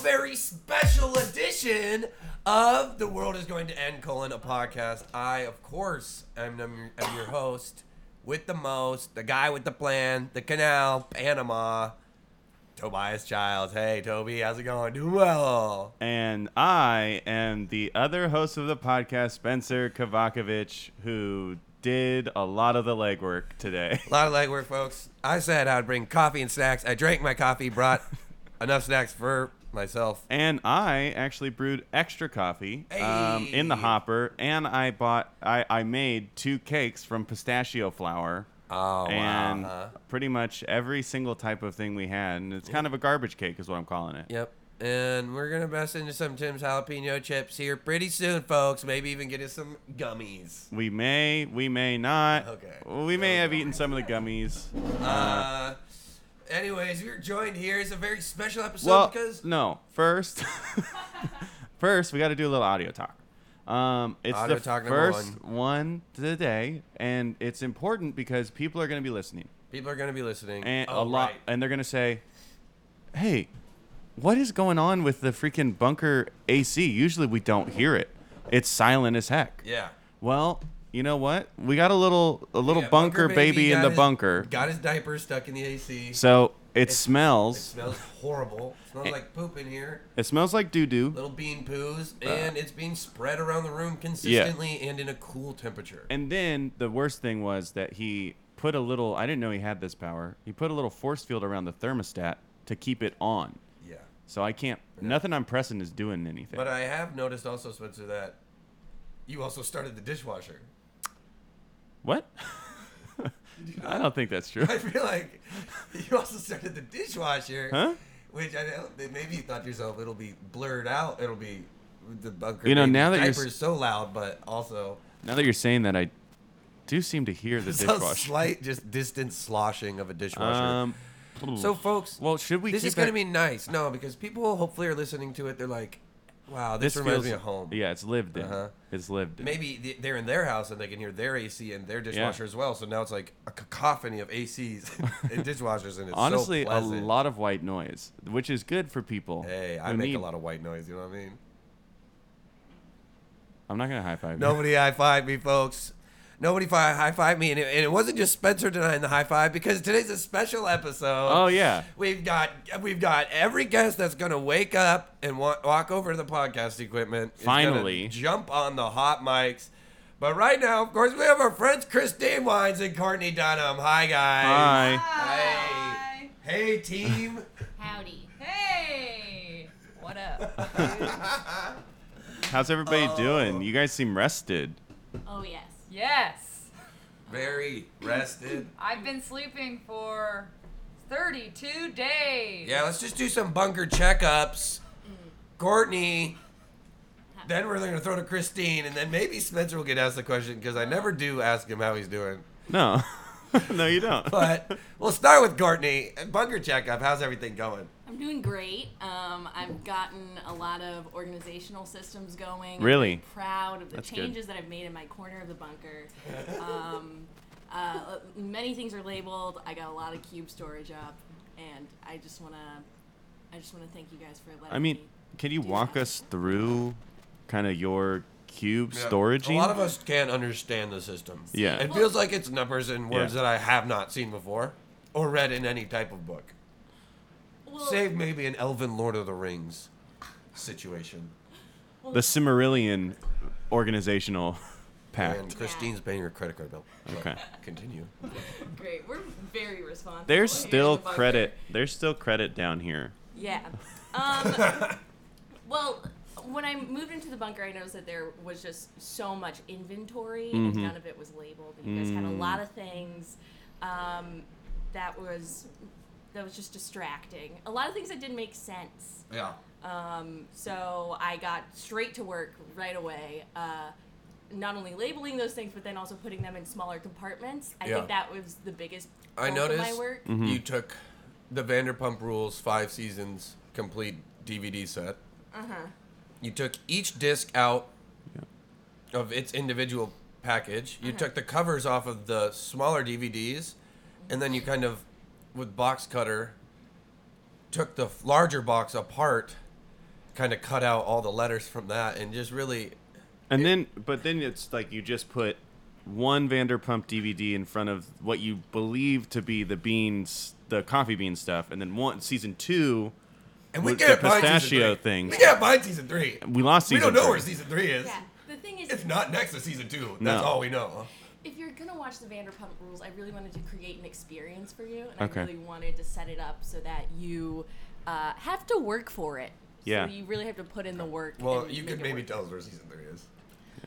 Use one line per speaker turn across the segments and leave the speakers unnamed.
very special edition of The World is Going to End, colon, a podcast. I, of course, am, am, am your host with the most, the guy with the plan, the canal, Panama, Tobias Childs. Hey, Toby, how's it going? Doing well.
And I am the other host of the podcast, Spencer Kovakovich, who did a lot of the legwork today.
A lot of legwork, folks. I said I would bring coffee and snacks. I drank my coffee, brought enough snacks for myself.
And I actually brewed extra coffee um,
Hey.
in the hopper, and I bought, I, I made two cakes from pistachio flour.
Oh,
and
wow. huh?
pretty much every single type of thing we had, and it's kind of a garbage cake, is what I'm calling it.
Yep. And we're gonna bust into some Tim's jalapeno chips here pretty soon, folks. Maybe even get us some gummies.
We may, we may not.
Okay.
We may have eaten some of the gummies.
Uh, anyways, we're joined here. It's a very special episode
well,
because
no. First, first we got to do a little audio talk. Um, it's
Audio
the
talk number
first one. today, and it's important because people are going to be listening,
people are gonna be listening
and
Oh,
a lot,
right.
and they're going to say, "Hey, what is going on with the freaking bunker AC? Usually we don't hear it. It's silent as heck."
Yeah.
Well, you know what? We got a little, a little
Yeah,
bunker, baby, in
got
the
his-
bunker,
Got his diaper stuck in the AC.
so it
It
smells.
smells horrible. It smells like poop in here.
It smells like doo doo.
Little bean poos,
Uh.
and it's being spread around the room consistently and in a cool temperature.
And then the worst thing was that he put a little I didn't know he had this power. He put a little force field around the thermostat to keep it on.
yeah.
So I can't nothing I'm pressing is doing anything.
But I have noticed also, Spencer, that you also started the dishwasher.
what? I don't think that's true.
I feel like you also started the dishwasher,
Huh?
which I don't. that Maybe you thought to yourself it'll be blurred out. It'll be the bunker.
You know,
baby
now that you're
diaper is so loud, but also
Now that you're saying that I do seem to hear the
so
dishwasher.
slight, just distant sloshing of a dishwasher.
Um
so, folks,
well, should we
this
keep
is going to be
it-
nice. No, because people hopefully are listening to it. They're like, "Wow, this,
this
reminds me
feels,
of home."
Yeah, it's lived in.
Uh-huh.
It's lived in.
Maybe th- they're in their house and they can hear their AC and their dishwasher as well. So now it's like a cacophony of ACs and dishwashers, and it's
Honestly,
so
a
pleasant.
lot of white noise, which is good for people.
Hey, I
who
make
need-
a lot of white noise. You know what I mean?
I'm not gonna high five. you.
Nobody high five me, folks. Nobody fi- high five me, and it, and it wasn't just Spencer denying the high five because today's a special episode.
Oh yeah.
We've got we've got every guest that's gonna wake up and wa- walk over to the podcast equipment. is gonna
Finally.
jump on the hot mics. But right now, of course, we have our friends Christine Wines and Courtney Dunham. Hi guys.
Hi.
Hey. Hey team.
Howdy. Hey. What up?
How's everybody
Oh.
doing? You guys seem rested.
oh yes.
Yes.
Very rested.
I've been sleeping for 32 days.
Yeah, let's just do some bunker checkups. Courtney. Then we're going to throw to Christine, and then maybe Spencer will get asked the question because I never do ask him how he's doing.
No. no, you don't.
But we'll start with Courtney. Bunker checkup. How's everything going?
I'm doing great. Um, I've gotten a lot of organizational systems going.
Really?
I'm proud of the
That's good.
changes that I've made in my corner of the bunker. Um, uh, many things are labeled. I got a lot of cube storage up, and I just wanna, I just wanna thank you guys for letting
I mean,
me
can you walk us through kind of your cube storage?
A lot of us can't understand the system.
Yeah.
It feels like it's numbers and words
Yeah.
that I have not seen before or read in any type of book.
Well,
Save maybe an elven Lord of the Rings situation.
the Cimmerillion organizational
And
pact.
Christine's paying her credit card bill. But
Okay.
Continue.
Great. We're very responsible.
There's
here in
still
the bunker.
credit. There's still credit down here.
Yeah. Um, well, when I moved into the bunker, I noticed that there was just so much inventory, and
Mm-hmm.
none of it was labeled. And you guys
Mm.
had a lot of things um, that was that was just distracting. A lot of things that didn't make sense.
Yeah.
Um, so I got straight to work right away. Uh, not only labeling those things, but then also putting them in smaller compartments. I
Yeah.
think that was the biggest. bulk
I
of
noticed Mm.
my work.
Mm-hmm.
you took the Vanderpump Rules five seasons complete DVD set. Uh huh.
Uh-huh.
You took each disc out of its individual package.
Uh-huh.
You took the covers off of the smaller DVDs, and then you kind of, with box cutter, took the f- larger box apart kind of cut out all the letters from that and just really
And then, but then it's like you just put one Vanderpump DVD in front of what you believe to be the beans, the coffee bean stuff, and then one season two,
and we
With
can't
the
find season
pistachio
three.
things.
We can't find season three.
we lost
we
season.
don't know
three.
where season three is.
Yeah. The thing is,
It's not next to season two. That's
No.
all we know.
if you're gonna watch the Vanderpump Rules, I really wanted to create an experience for you, and
Okay.
I really wanted to set it up so that you uh, have to work for it.
Yeah.
So you really have to put in the work.
Well,
and
you
make
could
it
maybe
work.
tell us where season three is.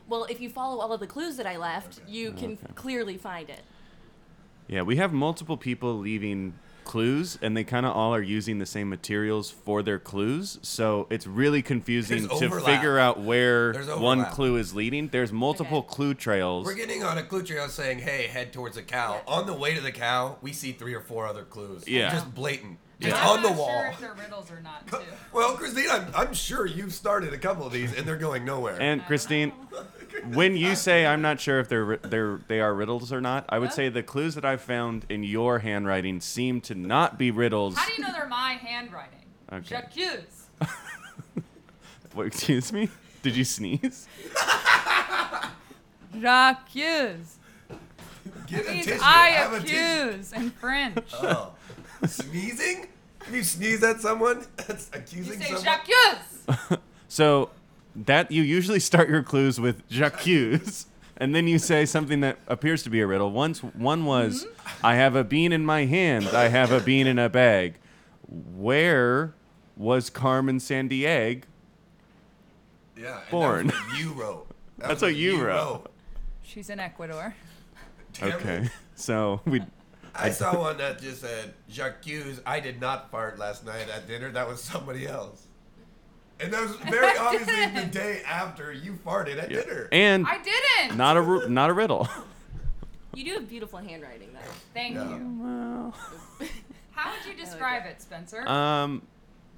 Well, if you follow all of the clues that I left, you can clearly find it.
Yeah, we have multiple people leaving clues, and they kind of all are using the same materials for their clues. So it's really confusing
There's
to
overlap.
figure out where
There's
one
overlap.
clue is leading. There's multiple
Okay.
clue trails.
We're getting on a clue trail saying, "Hey, head towards a cow."
Yeah.
On the way to the cow, we see three or four other clues.
Yeah.
just blatant.
Yeah.
It's
I'm
on the
not
wall.
Sure if they're riddles or not too.
Well, Christine, I'm, I'm sure you've started a couple of these, and they're going nowhere.
And Christine, when you say I'm not sure if they're ri- they're they are riddles or not, I would say the clues that I've found in your handwriting seem to not be riddles.
How do you know they're my handwriting?
Okay.
J'accuse.
Wait, excuse me? Did you sneeze?
J'accuse.
Get a
Means
tissue.
I
Have a tissue.
accuse in French.
Oh. Sneezing? If you sneeze at someone, that's
You
accusing
say
someone.
j'accuse.
So that you usually start your clues with j'accuse, and then you say something that appears to be a riddle. Once one was, I have a bean in my hand. I have a bean in a bag. Where was Carmen Sandiego?
yeah, and that's
born.
what you wrote. That
That's
was
what you wrote.
She's in Ecuador.
Damn it.
Okay, so we
I saw one that just said, "J'accuse, I did not fart last night at dinner. That was somebody else." And that was very obviously the day after you farted at dinner.
and
I didn't.
not a ru- not a riddle.
You do have beautiful handwriting, though.
Thank
No.
you.
Well,
How would you describe it, Spencer?
um,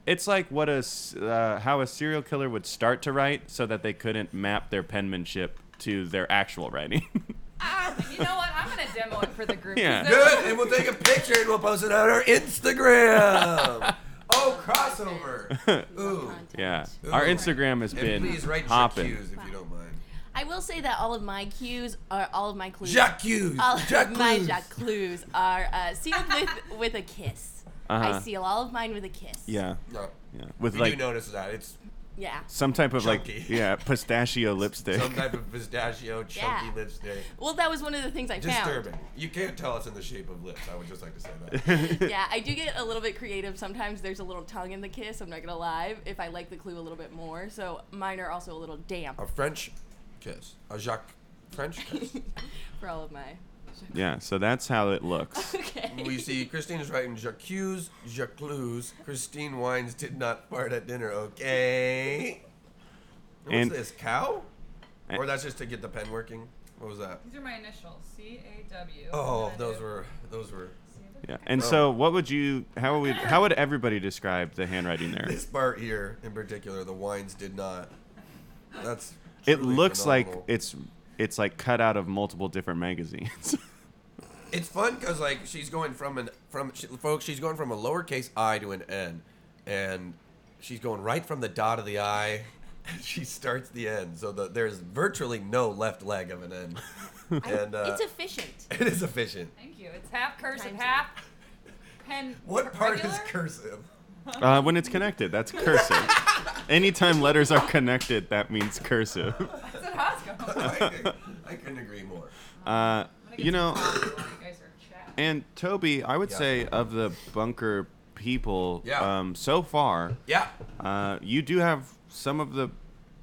it's like what a s- uh, how a serial killer would start to write so that they couldn't map their penmanship to their actual writing.
Ah, you know what? I'm gonna demo it for the group. 'cause
Yeah.
they're-
Good, and we'll take a picture and we'll post it on our Instagram. oh, crossover! Ooh,
Content.
yeah, our Instagram has
and
been
please write
hopping.
"J'accuse" if you don't mind.
I will say that all of my cues are all of my clues.
J'accuse,
all of my
j'accuse.
Jacques clues are uh, sealed with with a kiss. I
Uh-huh.
seal all of mine with a kiss.
Yeah,
No,
yeah, with
we do
like
notice that it's
Yeah.
some type of
Chunky.
like yeah pistachio lipstick.
some type of pistachio chunky
Yeah.
lipstick.
Well, that was one of the things I
Disturbing. You can't tell it's in the shape of lips. I would just like to say that.
found. Yeah, I do get a little bit creative. Sometimes there's a little tongue in the kiss. I'm not gonna lie. If I like the clue a little bit more, so mine are also a little damp
A French kiss. A Jacques French kiss.
for all of my.
yeah, so that's how it looks.
Okay.
we see Christine is writing Jacques, Jacques. Christine Wines did not fart at dinner. Okay. What's
And-
this? Cow? Or that's just to get the pen working? What was that?
These are my initials. C A W.
Oh,
And I
those
do-
were those were.
Yeah, and so what would you? How would how would everybody describe the handwriting there?
This part here in particular, the wines did not. That's.
It
truly
looks like
phenomenal.
it's it's like cut out of multiple different magazines.
It's fun because like she's going from an from she, folks she's going from a lowercase i to an n, and she's going right from the dot of the i. and She starts the n, so the, there's virtually no left leg of an n, and uh,
it's efficient.
it is efficient.
Thank you. It's half cursive,
Times
half pen.
What part
regular?
is cursive?
uh, when it's connected, that's cursive. Anytime letters are connected, that means cursive.
That's at Costco.
I, I couldn't agree more.
Uh, you know,
You guys are chat.
and Toby, I would
Yeah.
say of the bunker people,
Yeah.
um, so far,
Yeah,
uh, you do have some of the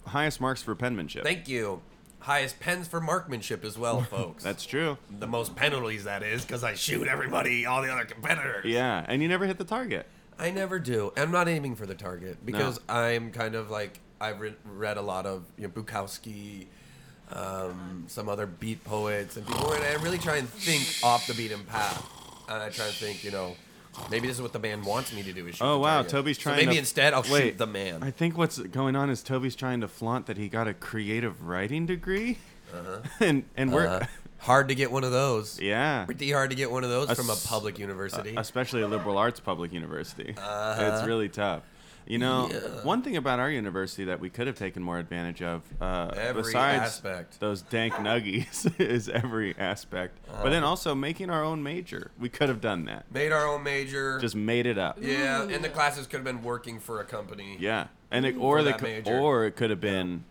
highest marks for penmanship.
thank you. Highest pens for marksmanship as well, folks.
that's true.
the most penalties that is because I shoot everybody, all the other competitors.
Yeah, and you never hit the target.
I never do. I'm not aiming for the target because I'm kind of like I've re- read a lot of you know, Bukowski, um, some other beat poets and people, and I really try and think off the beaten path. And I try and think, you know, maybe this is what the man wants me to do. Is shoot
Oh
the
wow,
target.
Toby's
So
trying.
maybe
to,
instead I'll shoot
Wait,
the man.
I think what's going on is Toby's trying to flaunt that he got a creative writing degree,
Uh-huh.
and and we're
Uh, hard to get one of those.
yeah,
Pretty hard to get one of those
A
from a
s-
public university. Uh-huh.
especially a liberal arts public university. it's really tough. You know, one thing about our university that we could have taken more advantage of, uh,
Every
besides
aspect.
those dank nuggies, is every aspect. but
Uh-huh.
then also making our own major. We could have done that.
Made our own major.
Just made it up.
yeah, and the classes could have been working for a company.
Yeah, and it, or
For
the
that
co-
major.
or it could have been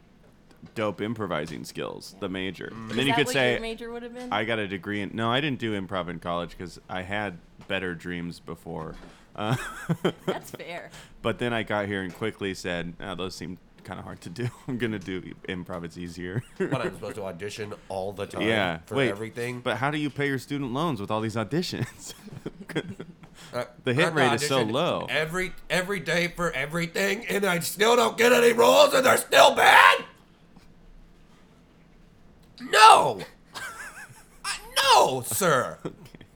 dope improvising skills, the major,
Mm.
and then
Is
you
that
could
what your
say
major would have been?
I got a degree in. No, I didn't do improv in college because I had better dreams before. Uh,
That's fair.
but then I got here and quickly said, oh, "Those seem kind of hard to do. I'm gonna do improv. It's easier."
But I'm supposed to audition all the time
yeah,
for
wait,
everything.
But how do you pay your student loans with all these auditions?
Uh,
the hit
I've
rate is so
auditioned
low.
Every every day for everything, and I still don't get any roles, and they're still bad. No, I, no, sir.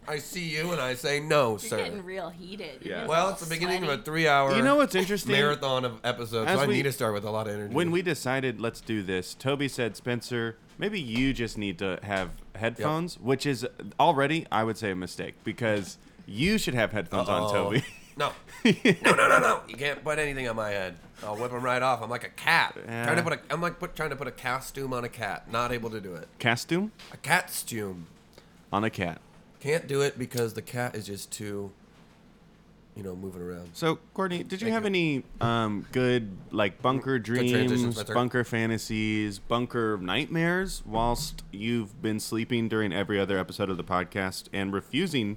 I see you, and I say no,
You're
sir.
getting real heated. You're
Yeah.
getting
Well,
all
it's the beginning of a
sweaty.
three-hour.
you know what's interesting?
marathon of episodes,
As
so I
we-
need to start with a lot of energy.
When we decided let's do this, Toby said, Spencer, maybe you just need to have headphones, which is already, I would say, a mistake because you should have headphones
Oh.
on, Toby.
No. no, no, no, no! You can't put anything on my head. I'll whip them right off. I'm like a cat. Trying to
Yeah.
put a, I'm like put, trying to put a costume on a cat. Not able to do it.
Costume
A catstume.
on a cat.
Can't do it because the cat is just too, you know, moving around.
So, Courtney, did you
Thank
have
you.
any um, good like bunker
transition,
dreams,
Spencer.
bunker fantasies, bunker nightmares whilst you've been sleeping during every other episode of the podcast and refusing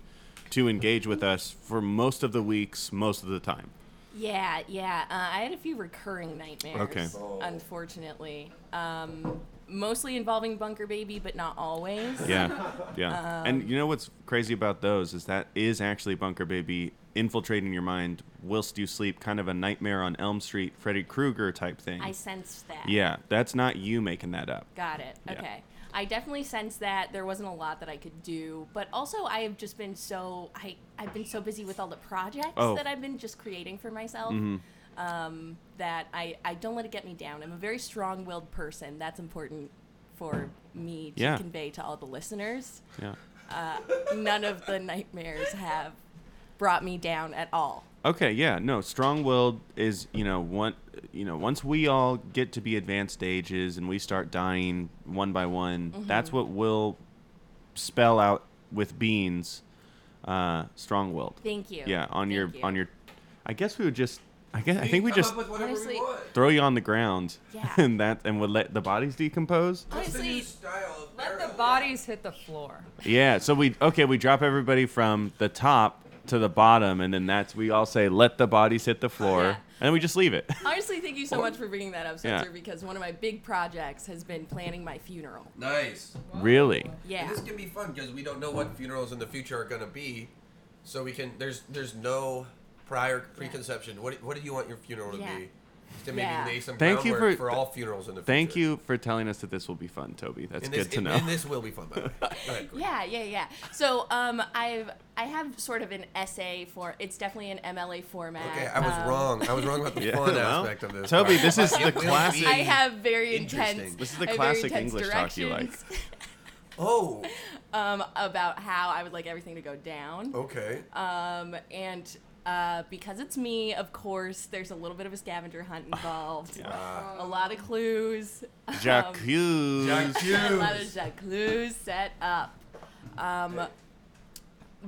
to engage with us for most of the weeks, most of the time?
Yeah, yeah. Uh, I had a few recurring nightmares.
Okay.
Unfortunately, um, mostly involving Bunker Baby, but not always.
Yeah, yeah. and you know what's crazy about those is that is actually Bunker Baby infiltrating your mind whilst you sleep, kind of a Nightmare on Elm Street, Freddy Krueger type thing.
I sensed that.
yeah, that's not you making that up.
Got it.
Yeah.
Okay. I definitely sense that there wasn't a lot that I could do, but also I have just been so I I've been so busy with all the projects
Oh. Mm-hmm.
that I've been just creating for myself. Um, that I, I don't let it get me down. I'm a very strong-willed person. That's important for me to
Yeah.
convey to all the listeners.
Yeah.
None of the nightmares have brought me down at all.
Okay, yeah, no, strong-willed is you know one, you know once we all get to be advanced ages and we start dying one by one,
Mm-hmm.
that's what will spell out with beans, uh, strong-willed.
Thank you.
Yeah, on your
Thank you.
on your, I guess we would just, I guess I think we just
Honestly-
throw you on the ground,
Yeah.
and that and would let the bodies decompose.
honestly
Let the bodies hit the floor.
Yeah, so we okay, we drop everybody from the top to the bottom, and then that's we all say let the bodies hit the
Oh,
floor,
Yeah.
and then we just leave it.
honestly thank you so much for bringing that up,
Yeah.
Spencer, because one of my big projects has been planning my funeral.
Nice.
really?
Yeah.
This can be fun because we don't know what funerals in the future are gonna be, so we can. There's there's no prior preconception. What what do you want your funeral to
Yeah.
be? To maybe
Yeah.
lay some
Thank you
groundwork
for-
all funerals in the future.
Thank you for telling us that this will be fun, Toby. That's
And
good
this,
to
and-
know.
And this will be fun. By the way. Go ahead, Courtney.
Yeah, yeah, yeah. So um, I've I have sort of an essay for it's definitely an MLA format.
Okay, I was
Um,
wrong. I was wrong about the
Yeah,
fun
well,
aspect of this.
Toby,
part.
this is the
It will be-
classic-
I have very
Interesting.
intense.
This is the
I have very
classic
intense
English talk you like.
directions,
Oh,
Um, about how I would like everything to go down.
Oh.
okay.
Um, and uh, because it's me, of course, there's a little bit of a scavenger hunt involved. A lot of clues. um,
Jacques.
Jack
a lot of
Hughes.
Jacques clues set up. Um,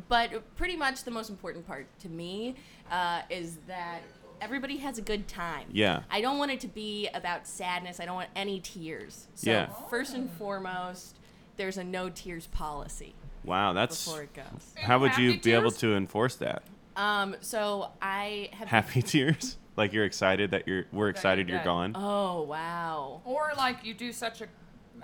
but pretty much the most important part to me uh, is that everybody has a good time.
Yeah.
I don't want it to be about sadness. I don't want any tears. So
Yeah.
first and foremost, there's a no tears policy
Wow, that's
before it goes.
how would you
Happy
be able
tears?
to enforce that?
Um, so I have
Happy tears? Like you're excited that you're we're excited
you're
you're
dead.
gone.
Oh wow.
Or like you do such a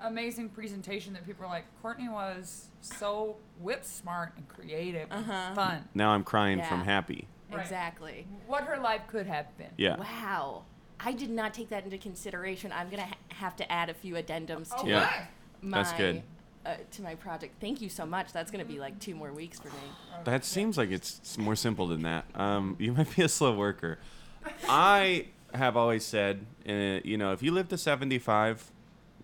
amazing presentation that people are like, Courtney was so whip smart and creative and fun.
Now I'm crying from
Yeah.
happy.
Right.
Exactly.
What her life could have been.
Yeah.
Wow. I did not take that into consideration. I'm gonna ha- have to add a few addendums to
Okay.
Yeah.
my
That's good.
Uh, to my project. Thank you so much. That's going to be like two more weeks for me.
That seems like it's s- more simple than that. Um, you might be a slow worker. I have always said, uh, you know, if you live to 75,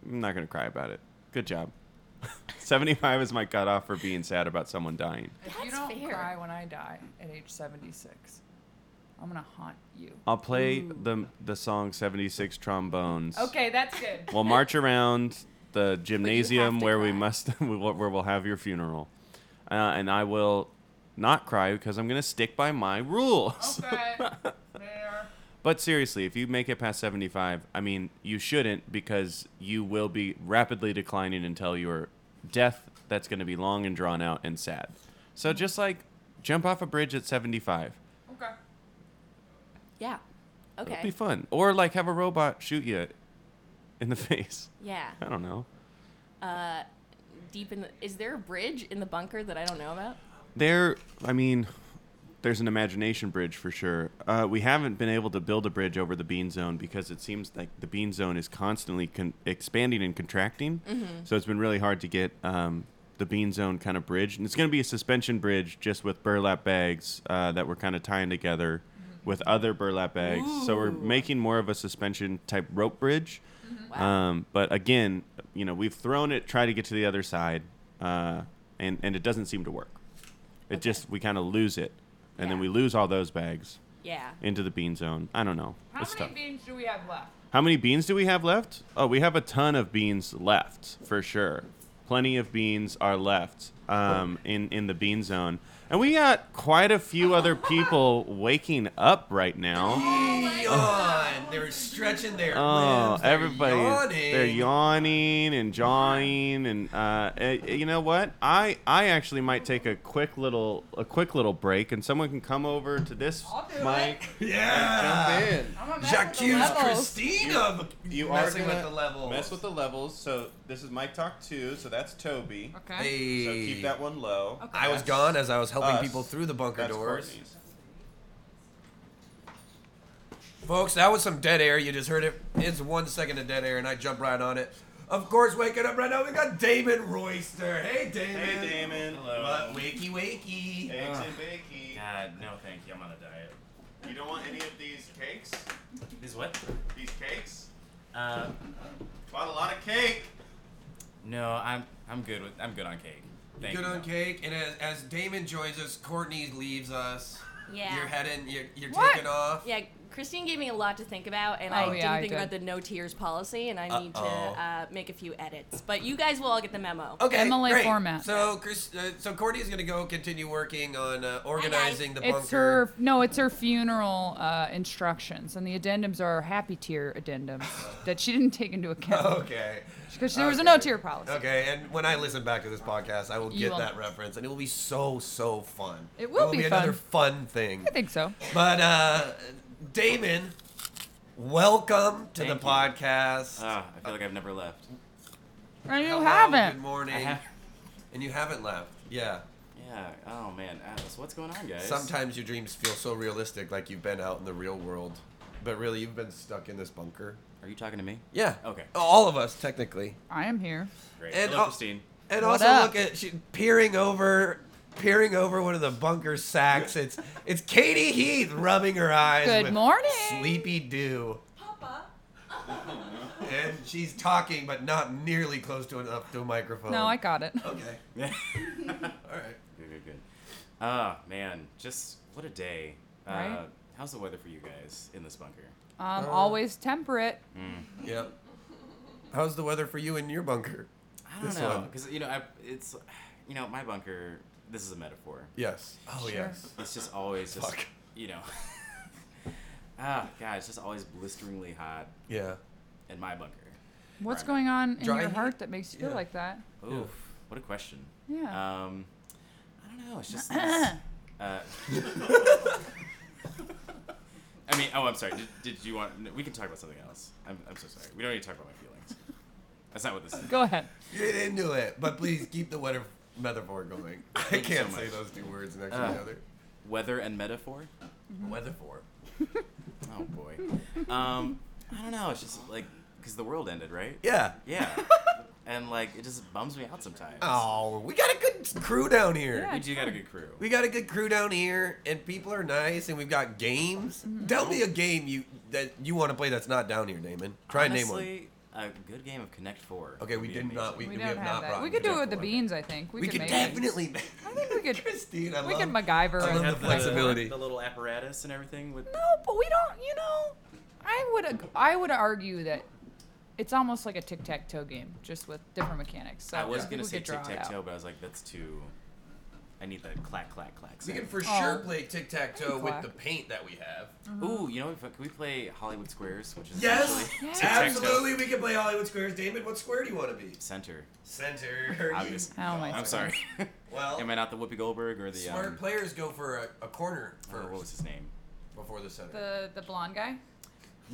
I'm not going to cry about it. Good job. 75 is my cutoff for being sad about someone dying.
If you
That's
don't
fair.
cry when I die at age 76, I I'm gonna haunt you.
I'll play
Mm.
the the song 76 trombones.
Okay, that's good.
We'll march around the gymnasium
to
where we
cry.
must where we'll have your funeral. Uh, and I will not cry because I'm going to stick by my rules.
Okay. there.
But seriously, if you make it past 75, I mean, you shouldn't because you will be rapidly declining until your death that's going to be long and drawn out and sad. So
Mm.
just like jump off a bridge at 75.
Okay.
Yeah. Okay.
It'd be fun. Or like have a robot shoot you in the face.
yeah.
I don't know.
Uh, deep in the, is there a bridge in the bunker that I don't know about?
There, I mean, there's an imagination bridge for sure. Uh, we haven't been able to build a bridge over the bean zone because it seems like the bean zone is constantly con- expanding and contracting.
Mm-hmm.
So it's been really hard to get um, the bean zone kind of bridge. And it's going to be a suspension bridge just with burlap bags uh, that we're kind of tying together with other burlap bags. So we're
Mm-hmm. Ooh. Mm-hmm.
making more of a suspension type rope bridge.
Wow.
Um, but again, you know, we've thrown it, try to get to the other side, uh, and and it doesn't seem to work. It
Okay.
just we kind of lose it, and then
Yeah.
we lose all those bags
yeah.
into the bean zone. I don't know.
How
It's
many
tough.
beans do we have left?
How many beans do we have left? Oh, we have a ton of beans left for sure. Plenty of beans are left um, in in the bean zone, and we got quite a few other people waking up right now.
Yawn. They're stretching their
Oh,
limbs. They're
everybody!
yawning.
They're yawning and jawing, and uh, eh, eh, you know what? I I actually might take a quick little a quick little break, and someone can come over to this
I'll do
mic.
Yeah.
Jump in.
I'm gonna mess with the
J'accuse
levels.
Christine of
You are
messing
gonna
with the level.
Mess with the levels. So this is Mike Talk Two. So that's Toby.
Okay.
So keep that one low.
Okay.
I was gone as I was helping
Us.
people through the bunker
That's
doors.
Courtney's.
Folks, that was some dead air. You just heard it. It's one second of dead air, and I jump right on it. Of course, waking up right now, we got Damon Royster. Hey, Damon.
Hey Damon. Hello.
What? Wakey, wakey.
Eggs and bakey.
God, no, thank you. I'm on a diet.
You don't want any of these cakes?
These what?
These cakes?
Uh,
Bought a lot of cake.
no, I'm I'm good with I'm good on cake. Thank
Good
you.
on
though.
cake. And as, as Damon joins us, Courtney leaves us.
Yeah.
You're heading, you're, you're
What?
taking off.
Yeah, Christine gave me a lot to think about, and
Oh,
I
yeah,
didn't
I
think
did.
about the no tears policy, and I need
Uh-oh.
to uh, make a few edits. But you guys will all get the memo.
Oh,
Okay,
MLA
great.
format.
So Chris, uh, so Courtney's gonna go continue working on uh, organizing the bunker.
It's her no, it's her funeral uh, instructions, and the addendums are happy tier addendums that she didn't take into account
Okay.
because there was a no
Oh, okay.
tier policy.
Okay, and when I listen back to this podcast, I will
You
get
will.
that reference, and it will be so so fun.
It will be
another fun thing.
I think so.
But uh, Damon, welcome to
Thank
the
you.
podcast.
Ah, I feel like I've never left.
And you
Hello, Good
haven't.
I
morning,
have-
and you haven't left. Yeah.
yeah. Oh man, Atlas, what's going on, guys?
Sometimes your dreams feel so realistic, like you've been out in the real world, but really you've been stuck in this bunker.
Are you talking to me?
Yeah.
Okay.
All of us, technically.
I am here.
Great.
And
Hello,
I'll-
Christine.
And
What
also
up?
look at she peering over peering over one of the bunker sacks. It's it's Katie Heath rubbing her eyes.
Good
with
morning.
Sleepy Dew.
Papa.
And she's talking but not nearly close to enough to a microphone.
No, I got it.
Okay.
good,
All right.
good, good. Ah, man, just what a day. Uh,
Right?
How's the weather for you guys in this bunker?
Oh.
Um, always temperate.
Yep. How's the weather for you in your bunker?
I don't
This
know,
one.
because you know, I, it's, you know, my bunker. This is a metaphor.
Yes. Oh
Sure.
yes.
It's just always just,
Fuck.
you know. ah, God, it's just always blisteringly hot
Yeah.
in my bunker.
What's
Right.
going on in
Dry
your
heat?
heart that makes you feel
Yeah. Uh,
like that?
Oof,
Yeah.
what a question.
Yeah.
Um, I don't know. It's just. this, uh, I mean, oh, I'm sorry. Did, did you want? no, we can talk about something else. I'm, I'm so sorry. We don't need to talk about my feelings. That's not what this is.
Go ahead.
Get into it. But please keep the weather metaphor going. I
Thank you so
can't say
much.
those two words next to
Uh.
each other.
Weather and metaphor.
Weather for.
Oh boy. Um, I don't know. It's just like because the world ended, right?
Yeah.
Yeah. And like it just bums me out sometimes.
Oh, we got a good crew down here.
Yeah.
We do got a good crew.
We got a good crew down here, and people are nice, and we've got
Mm-hmm.
games. Tell me a game you that you want to play that's not down here, Damon. Try and
Honestly,
name one.
a good game of Connect Four.
Okay,
would
we
be
did not. We,
We
amazing.
we
don't
have
have
not
that.
brought
We could do it
Jack
with the
Black.
beans, I think. We,
We
could
could
make
definitely. make-
I think we could.
Christine, I
we
love.
could MacGyver.
I
it.
love
Have
the flexibility.
The little apparatus and everything with.
No, but we don't. You know, I would ag- I would argue that it's almost like a tic tac toe game, just with different mechanics. So
I was
people
gonna
could
say
draw
tic
it
tac toe,
out.
but I was like, that's too. I need that clack clack clack.
we
sound.
can for
Oh.
sure play tic tac toe
Hey,
with
Black.
the paint that we have.
Ooh, you know what? Can we play Hollywood Squares, which is
Yes,
essentially
Yes.
tic-tac-toe.
absolutely. We can play Hollywood Squares. David, what square do you want to be?
center?
Center.
Obvious.
Oh my
I'm sorry.
Well,
Am I not the Whoopi Goldberg or the
smart
um,
players go for a, a corner
or
first
what was his name?
before the center.
The the blonde guy.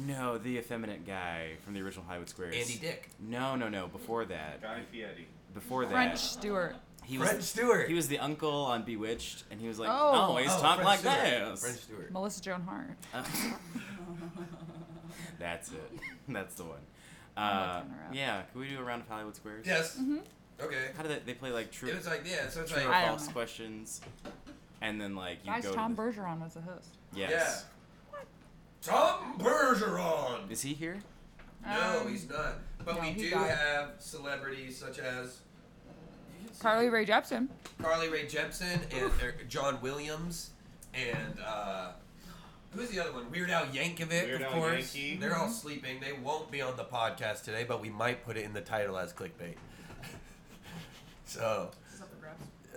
No, the effeminate guy from the original Hollywood Squares.
Andy Dick.
No, no, no. Before that,
Guy Fieri.
before that,
French Stewart.
he was
Fred Stewart.
he was the uncle on Bewitched, and he was like,
Oh.
always
Oh,
talk
Fred
like
Stewart. Fred
this.
Stewart.
Melissa Joan Hart.
That's it. That's the one. Uh,
turn her up.
yeah, can we do a round of Hollywood Squares?
Yes.
Mm-hmm.
Okay.
How did they, they play like true,
It was like yeah, so it's
true
like
or
I don't
false
know.
questions, and then like you
Guys,
go.
Tom
to
Bergeron was the host.
the, yes.
Tom Bergeron.
Is he here?
No,
Um,
he's not. But
no,
we
he
do
died.
have celebrities such as
Carly Rae Jepsen.
Carly Rae Jepsen and er, John Williams and uh, who's the other one? Weird Al Yankovic,
Weird
of
Al
course.
Yankee.
They're all sleeping. They won't be on the podcast today, but we might put it in the title as clickbait. so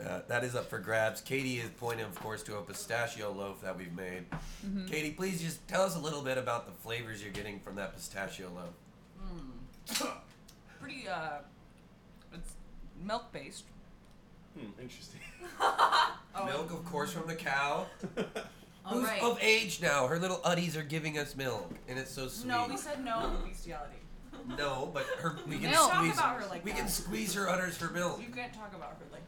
uh, that is up for grabs. Katie is pointing, of course, to a pistachio loaf that we've made.
Mm-hmm.
Katie, please just tell us a little bit about the flavors you're getting from that pistachio loaf.
pretty uh it's milk based
Hmm,
Interesting.
Milk, of course, from the cow.
Oh. all
Who's
right
of age now? Her little uddies are giving us milk, and it's so sweet.
no we said no bestiality
No, but her we can
Milk.
talk
squeeze
about her like
we
that.
can squeeze her udders for milk.
you can't talk about her like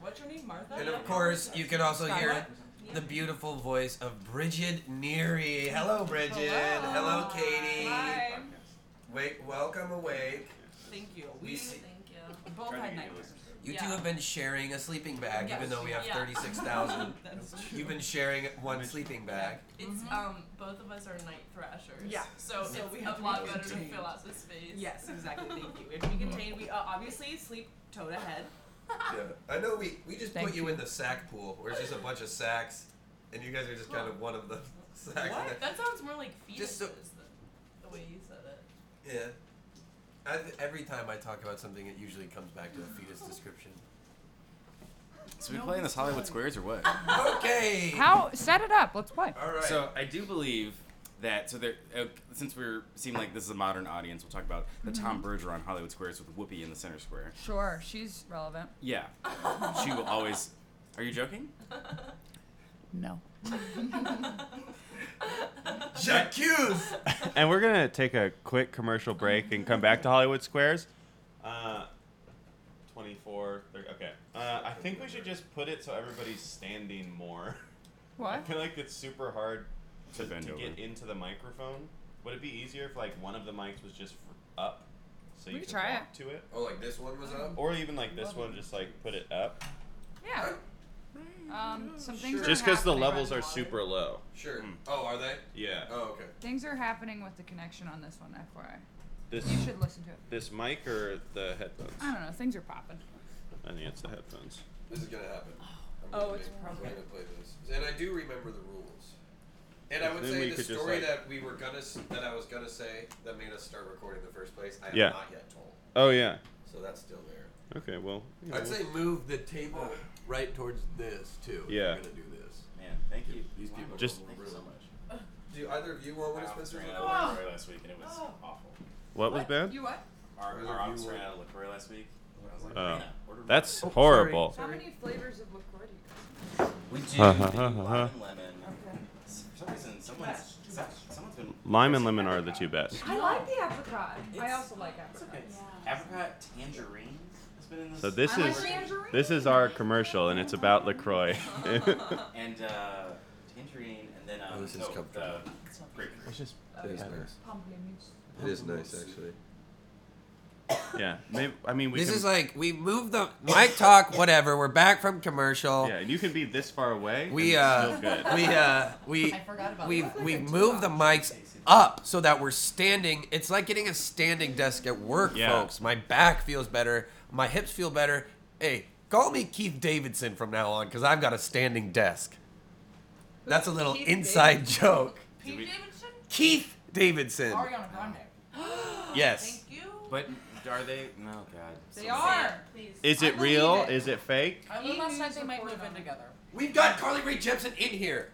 what's your name martha
And of course, you can also hear
Scarlett?
the beautiful voice of Bridget Neary. Hello, Bridget. Hello,
Hello.
Katie.
Hi.
Wait, welcome awake.
thank you
We
we,
see-
both
Trying to
had
get you
nightmares
listeners.
You two
Yeah.
have been sharing a sleeping bag, even
Yes.
though we have
Yeah.
thirty-six thousand.
that's true
You've been sharing one sleeping bag.
It's
Mm-hmm.
um both of us are night thrashers.
Yeah.
So,
So
it's
we
a
have to
lot
be
better to
contained.
fill out the space.
yes exactly thank you if we contain we uh, obviously sleep toad ahead
Yeah. I know we, we just
Thank
put you, in the sack pool where it's just a bunch of sacks and you guys are just kind of one of the sacks.
What? That sounds more like fetuses
Just so-
than the way you said it.
Yeah. I, th- every time I talk about something, it usually comes back to a fetus description.
So we playing this Hollywood Squares or what?
Okay.
How set it up? Let's play.
All right.
So I do believe that. So there, uh, since we're seem like this is a modern audience, we'll talk about the
Mm-hmm.
Tom Bergeron Hollywood Squares with Whoopi in the center square.
Sure, she's relevant.
Yeah, she will always. Are you joking?
No.
Jack Hughes.
And we're gonna take a quick commercial break and come back to Hollywood Squares. Uh, 24, 30, okay. Uh, I think we should just put it so everybody's standing more. I
What?
feel like it's super hard
To
to,
bend
to
over.
get into the microphone. Would it be easier if like one of the mics was just f- up, so
We
you
could
could
try
walk to it,
Oh, like this one was
Mm.
up?
or even like this one, just like put it up,
Yeah. Um, some things. are
just because the
happening-
levels are super low.
Sure. Oh, are they?
Yeah.
Oh, okay.
Things are happening with the connection on this one, FYI.
This
You should listen to it.
this mic or the headphones?
I don't know. Things are popping.
I think it's the headphones.
This is going to happen. I'm
Oh,
gonna
it's
make-
probably-
I'm going to play this. And I do remember the rules. And I would
Then
say
we
the
could just,
story
like-
that we were gonna s- that I was gonna say that made us start recording in the first place. I have
Yeah.
not yet told,
Oh yeah.
so that's still there.
Okay. Well. you know,
I'd say move the table right towards this too. if
Yeah.
You're gonna do this.
Man, thank you.
These people
Just-
Thank you so much.
Do either of you want one
My
of
office
Spencer's? or
ran out
not?
of LaCroix last week and it was
Oh.
awful.
What was bad?
You what?
Our,
Either
our
of you
office ran
were-
out of LaCroix last week. and I was like,
Oh.
Uh-huh.
Rena, order
That's
sorry.
horrible.
How many flavors of LaCroix do you
more. We do
Ha,
the
ha, ha, ha,
lime
ha.
and lemon. S- For some reason, someone's, some- someone's been.
Lime and lemon are the two best.
I like the apricot. I
It's-
also like
It's
apricot.
okay. Apricot tangerine has been in this.
So this
I
is
like tangerine.
this is our commercial, and it's about Lacroix.
And uh, tangerine, and then um,
Oh, this is
no, the
comfortable.
grapefruit.
It is nice.
Pamplemousse.
It is nice actually.
Yeah. Maybe, I mean, we
this
can,
is like we moved the mic talk, whatever. We're back from commercial.
Yeah, and you can be this far away.
We,
and it's
uh,
still good.
We uh we
I forgot about
we
that.
we moved the mics up so that we're standing. It's like getting a standing desk at work,
Yeah.
folks. My back feels better. My hips feel better. Hey, call me Keith Davidson from now on because I've got a standing desk. That's a little
Keith
inside joke.
Pete
we-
Davidson?
Keith Davidson.
Ariana Grande.
Yes.
Thank you.
But are they? Oh God.
They are.
Please.
is
I
it
believe
real?
it.
Is it fake?
I love how
E-news
said they might
reported
move in
on it.
together.
We've got Carly Rae Jepsen in here.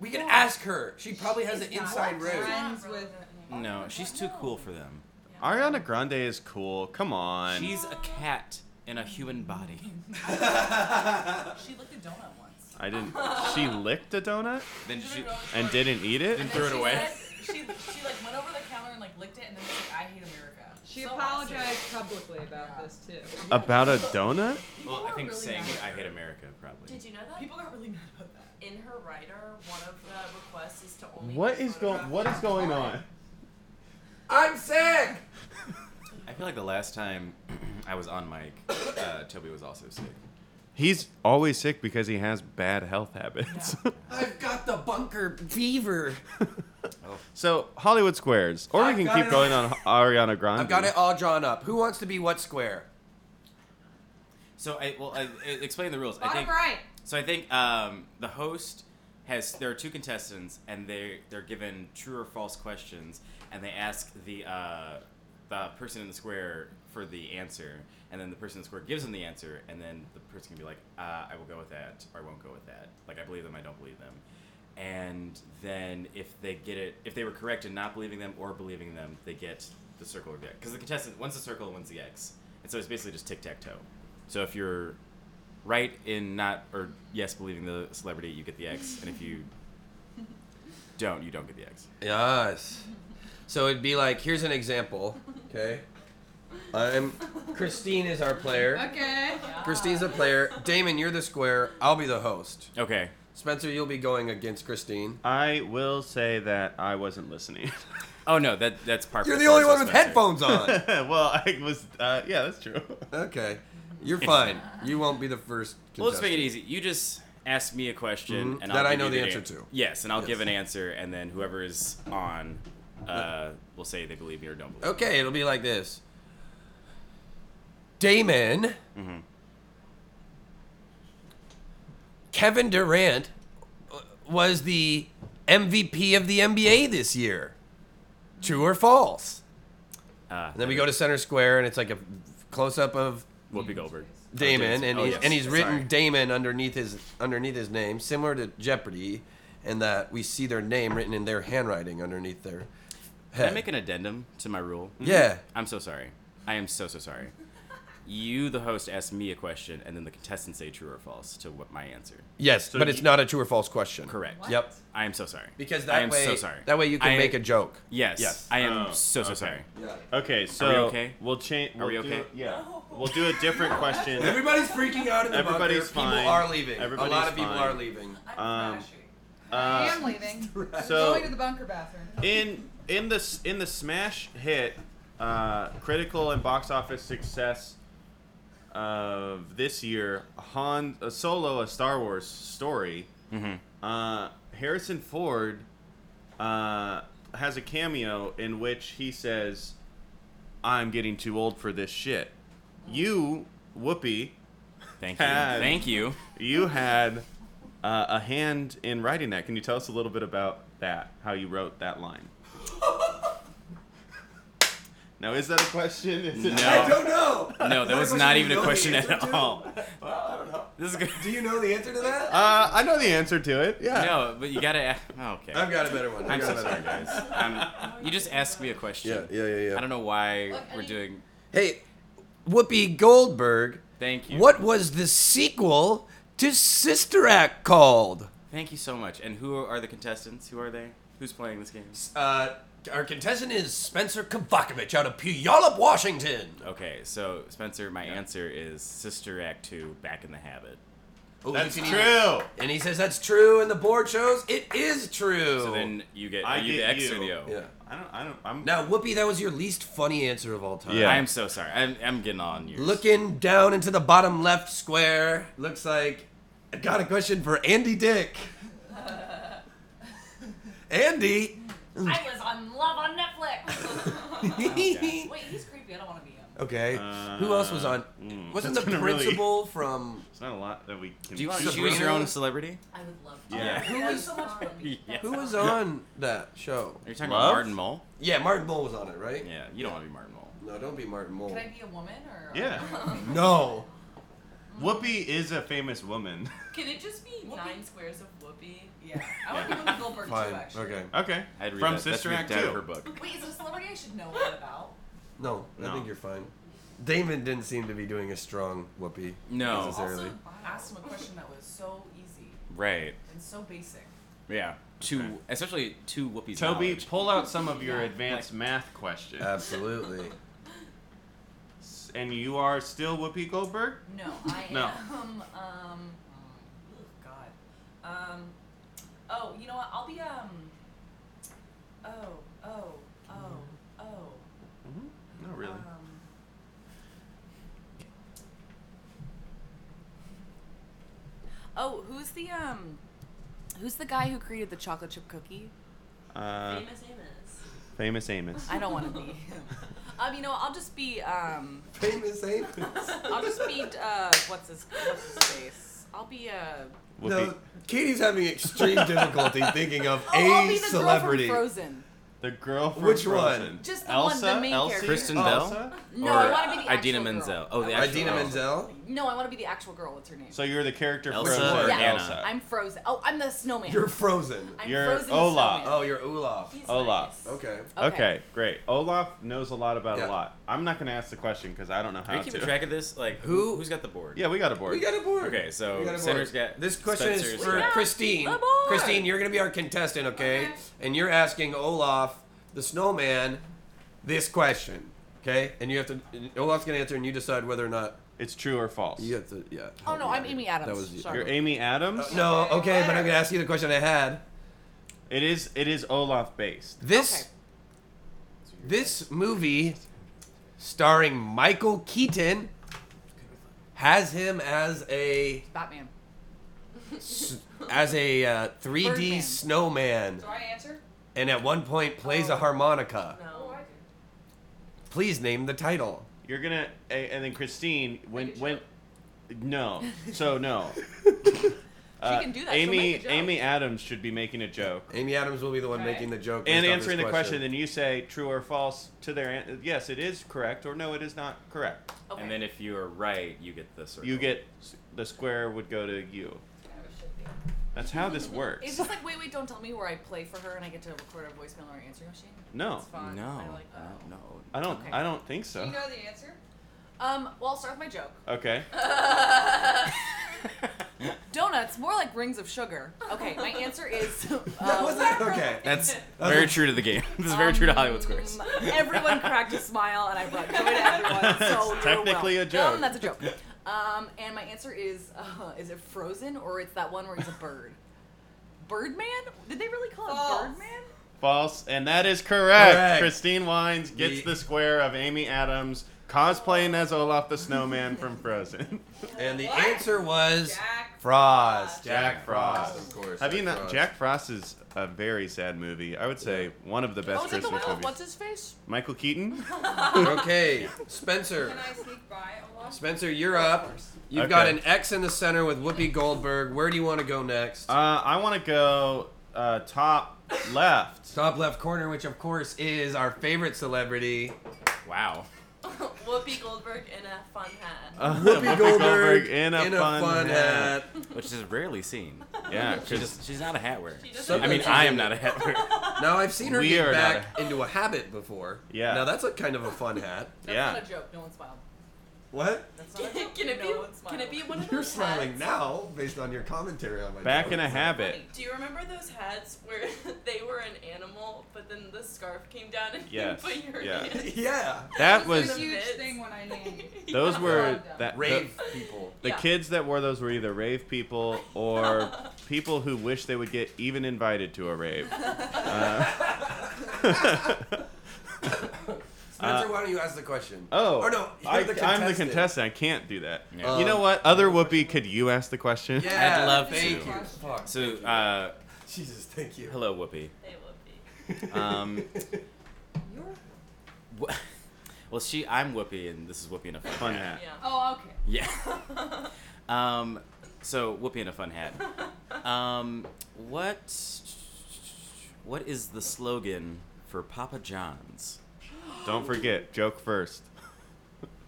We can ask her. She probably has an
She's not
inside route.
Friends
relevant
with-
anymore.
No, she's too cool for them.
Ariana Grande is cool. Come on.
She's a cat in a human body.
She licked a donut once.
I didn't. She licked a donut
Then she.
and didn't eat it.
Then threw it
she
away.
said- She, she like went over the counter and like licked it and then was like, I hate America.
She
So
apologized publicly about this too.
About a donut?
Well, I think
really
saying
mad.
I hate America probably.
Did you know that?
awesome. People got really mad about that.
In her writer, one of the requests is to only.
What
be
is going? What is going on?
I'm sick.
I feel like the last time I was on mic, uh, Toby was also sick.
He's always sick because he has bad health habits.
I've got the bunker fever.
so Hollywood Squares, or
I've
we
got
can keep
it
going on Ariana Grande.
I've got it all drawn up. Who wants to be what square?
So I well I, I- explain the rules. I
Bottom
think
right.
so. I think um, the host has there are two contestants and they they're given true or false questions and they ask the uh, the person in the square for the answer and then the person in the square gives them the answer and then the person can be like uh, I will go with that or I won't go with that like I believe them I don't believe them and then if they get it if they were correct in not believing them or believing them they get the circle or the X because the contestant one's the circle and one's the X and so it's basically just tic tac toe so if you're right in not or yes believing the celebrity you get the X and if you don't you don't get the X
Yes. So it'd be like, here's an example. Okay. I'm Christine is our player.
Okay.
Christine's the player. Damon, you're the square. I'll be the host.
okay
Spencer, you'll be going against Christine.
I will say that I wasn't listening.
oh no that that's part
You're
for
the only
Spencer
one with
Spencer.
headphones on.
well, I was. Uh, yeah, that's true.
Okay. You're fine. You won't be the first.
well let's make it
contestant.
easy you just ask me a question
Mhm.
and
That
I'll
I
give
know
you
the
the
answer
an-
to.
yes and I'll give
Yes.
an answer and then whoever is on uh, will say they believe me or don't believe me.
Okay, it'll be like this. Damon,
Mhm.
Kevin Durant uh, was the MVP of the NBA this year. True or false?
Uh,
And then we go to center square, and it's like a close up of
Whoopi Goldberg.
Damon, and,
Oh,
he's,
yes.
and he's written
Sorry.
Damon underneath his underneath his name, similar to Jeopardy, in that we see their name written in their handwriting underneath their
Can
head.
I make an addendum to my rule?
yeah.
I'm so sorry. I am so so sorry. You, the host, ask me a question, and then the contestants say true or false to what my answer.
Yes,
So
but it's
you-
not a true or false question.
Correct.
Yep.
I am so sorry.
Because
I
that
am
way,
so sorry.
that way you can
I-
make a joke.
Yes.
Yes.
I am
Oh,
so so
okay.
sorry.
Yeah.
Okay, so
we okay?
we'll change.
Are we
we'll do-
okay?
yeah. We'll do a different question.
Everybody's freaking out. In the
Everybody's
bunker.
fine.
People are leaving. a lot
Everybody's
of people
fine.
are leaving.
I'm
Um,
crashing.
I
Uh,
am leaving.
so
Going to the bunker bathroom.
in in the s- in the smash hit, uh, critical and box office success of this year, Han a Solo, a Star Wars story.
Mhm.
Uh, Harrison Ford uh, has a cameo in which he says, "I'm getting too old for this shit." You, Whoopi,
Thank you.
Tad.
Thank you.
you had uh, a hand in writing that. Can you tell us a little bit about that? How you wrote that line? now, is that a question? Is it
No. I don't
know.
No, that was not even a question at all. This is good.
you know the answer to that?
Uh, I know the answer to it. Yeah.
No, but you gotta. a- Oh, okay.
I've got a better one. I've
I'm
got
so
a better
sorry,
one.
guys. I'm, you just asked me a question.
yeah, yeah.
I don't know why
Look, I
we're
need-
doing.
Hey, Whoopi Goldberg,
Thank you.
what was the sequel to Sister Act called?
Thank you so much. And who are the contestants? Who are they? Who's playing this game?
Uh, our contestant is Spencer Kovakovich out of Puyallup, Washington.
Okay, so Spencer, my answer is Sister Act Two: Back in the Habit.
Ooh,
That's
you
true.
Oh, can either- and he says that's true, and the board shows it is true.
So then you get
I
are you
get
the X
you.
or the O?
yeah.
I don't. I don't. I'm.
Now, Whoopi, that was your least funny answer of all time.
Yeah.
I am so sorry. I'm, I'm getting on you.
Looking down into the bottom left square, looks like I got a question for Andy Dick. Andy,
I was on Love on Netflix.
okay.
Wait, he's creepy. I don't want to be him.
Who else was
Uh,
on?
hmm.
Mm.
Wasn't the
That's gonna really-
principal from?
There's not a lot that we can.
Do you want to
Sabrina?
choose your own celebrity?
I would love to.
Yeah.
Who
That's
was-
so much fun.
Yeah.
Who was on that show?
Are you talking
Love?
about Martin Mull?
Yeah, Martin Mull was on it, right?
Yeah, you don't want to be Martin Mull.
No, don't be Martin Mull.
Can I be a woman or?
Yeah.
No.
Whoopi is a famous woman.
Can it just be
Whoopi.
nine squares of whoopee?
Yeah.
I want to be Whoopi Goldberg
Fine.
too, actually.
Okay.
Okay.
I'd read
From
that.
Sister
That's
Act
ripped out
too.
of her book.
Wait, is it a celebrity I should know what about?
No, I
No.
think you're fine. Damon didn't seem to be doing a strong Whoopi.
No.
Necessarily.
Also, asked him a question that was so easy
Right.
and so basic.
Yeah. Two, especially two Whoopi's
Toby,
knowledge. Uh,
pull out some of your advanced math questions.
Absolutely.
and you are still Whoopi Goldberg?
No, I
No.
am. Um, oh, God. Um, oh, you know what? I'll be. Um, oh, oh, oh, oh.
Not really.
Um,
Oh, who's the um, who's the guy who created the chocolate chip cookie?
Uh,
Famous Amos.
famous Amos.
I don't want to be him. Um, you know, I'll just be um,
Famous Amos.
I'll just be uh, what's his what's his face? I'll be uh,
Whoopi.
No, Katie's having extreme difficulty thinking of
oh, I'll
a
be the
celebrity.
girl from Frozen.
The girl from
Which one?
Frozen.
Just the
Elsa?
one, the main
Elsie?
character.
Kristen Bell?
Elsa?
No,
or
I want to be the
Idina
actual
Menzel.
Girl.
Oh, the
I-
actual
Idina
girl.
Menzel.
No, I want to be the actual girl. What's her name?
So you're the character
Elsa
Frozen
or
or
Yeah.
Anna?
I'm Frozen. Oh, I'm the snowman.
You're frozen.
I'm
you're
Frozen the
Olaf.
snowman.
Oh, you're Olaf.
he's
Olaf.
nice.
Okay.
Okay. great. Olaf knows a lot about
Yeah.
a lot. I'm not going to ask the question because I don't know
Are
how
you
to.
keeping track of this? Like,
Who-
who? Who's got the board?
Yeah, we got a board.
We got a board.
Okay, so
We got a
Sanders
board.
got-
this question is
Spencer's
for
got-
Christine.
The board.
Christine, you're gonna be our contestant, okay?
Okay.
And you're asking Olaf, the snowman, this question, okay? And you have to. and Olaf's gonna answer, and you decide whether or not
It's true or false.
you have to. Yeah.
Oh, no, I'm Amy Adams.
That was
Sorry.
You're Amy Adams.
Uh, No, okay, but I'm gonna ask you the question I had.
It is. It is Olaf based.
This this movie starring Michael Keaton has him as a
Batman.
s- as a uh, 3D
Birdman.
snowman
Do I answer?
and at one point plays a harmonica.
Oh, I
No.
do.
Please name the title.
You're gonna. a- And then Christine. When when. No. So no. Uh,
can do that. She'll
Amy
make a joke.
Amy Adams should be making a joke.
Amy Adams will be the one
Okay.
making the joke
and
based off this
answering the question, then you say true or false to their an- yes, it is correct or no, it is not correct.
Okay.
And then if you are right, you get the circle.
You get the square would go to you. That's how this
It's
works.
just like wait, wait, don't tell me where I play for her and I get to record a voicemail or answering machine.
No,
It's fun.
No.
I like that.
no.
I don't.
Okay.
I don't think
Do
so.
you know the answer?
Um, well, I'll start with my joke.
Okay.
Donuts, more like rings of sugar. Okay, my answer is. Uh,
That wasn't- okay.
That's very true to the game. this is very true to Hollywood Squares.
um, everyone cracked a smile, and I brought joy to everyone. So
It's technically
you're
a
well.
joke.
Um, that's a joke. Um, and my answer is, uh, is it Frozen or it's that one where he's a bird? Birdman? Did they really call
False.
it Birdman?
False, and that is correct.
Correct.
Christine Wines gets
Ye-
the square of Amy Adams cosplaying as Olaf the Snowman from Frozen.
And the
What?
answer was
Jack Frost.
Frost.
Jack Frost.
of course.
Have you
Jack
not?
Frost.
Jack Frost is a very sad movie. I would say
Yeah.
one of the best
oh, is it the
Christmas
one with
movies.
what's his face?
Michael Keaton.
okay, Spencer.
Can I sneak by Olaf?
Spencer, you're up. You've got
Okay.
an X in the center with Whoopi Goldberg. Where do you want to go next?
Uh, I want to go uh, top left.
Top left corner, which of course is our favorite celebrity.
Wow.
Whoopi Goldberg in a fun hat.
Uh,
in a fun, hat.
Which is rarely seen.
Yeah,
She
Chris-
just, she's not a hat wearer.
She doesn't
Some-
I mean,
She's
I am
in-
not a hat wearer.
Now I've seen her
We
get
are not
back into a habit before.
Yeah.
Now that's a kind of a fun hat.
That's
Yeah.
not a joke. No one smiled.
What?
Can, it be?
No, it's
Can it be one of
You're
those
smiling
hats?
now based on your commentary on my
Back in a
jokes.
habit.
Do you remember those hats where they were an animal, but then the scarf came down and
Yes,
you put your
yeah.
hand?
Yeah.
That
was a
was
huge
Bits.
thing when I named.
those were that the,
Rave people.
the
Yeah.
kids that wore those were either rave people or people who wish they would get even invited to a rave. Uh,
Spencer, why don't you ask the question?
oh,
Or no, you're
I,
the
I'm the
contestant. Um,
contestant. I can't do that.
Yeah.
Oh.
you know what? Other whoopee, could you ask the question?
Yeah.
I'd love
thank
to.
You. Fuck.
So, uh,
Jesus, thank you.
hello, Whoopi.
They would be.
Um,
You're,
wh- well, she, I'm Whoopi, and this is Whoopi in a fun,
Fun
hat.
hat.
Yeah.
oh, okay.
Yeah. um, so Whoopi in a fun hat. Um, what what is the slogan for Papa John's?
Don't forget, joke first.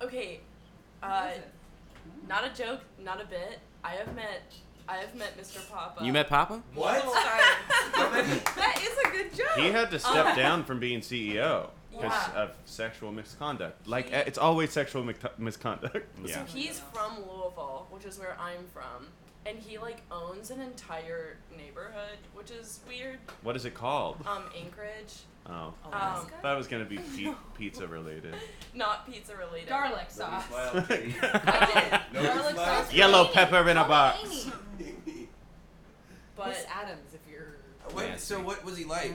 Okay.
What
Uh,
is it?
not a joke, not a bit. I have met, I have met Mr. Papa.
You met Papa?
What?
multiple times.
How many?
that is a good joke.
He had to step down from being CEO because
Yeah.
of sexual misconduct. Like eh, it's always sexual mic- misconduct.
Yeah.
He's from Louisville, which is where I'm from, and he like owns an entire neighborhood, which is weird.
What is it called?
Um, Anchorage,
Oh,
um,
that was gonna be pi- pizza related.
not pizza related.
Garlic sauce.
Garlic sauce,
Yellow pepper in a box.
but
Adams, if you're.
What, so what was he like?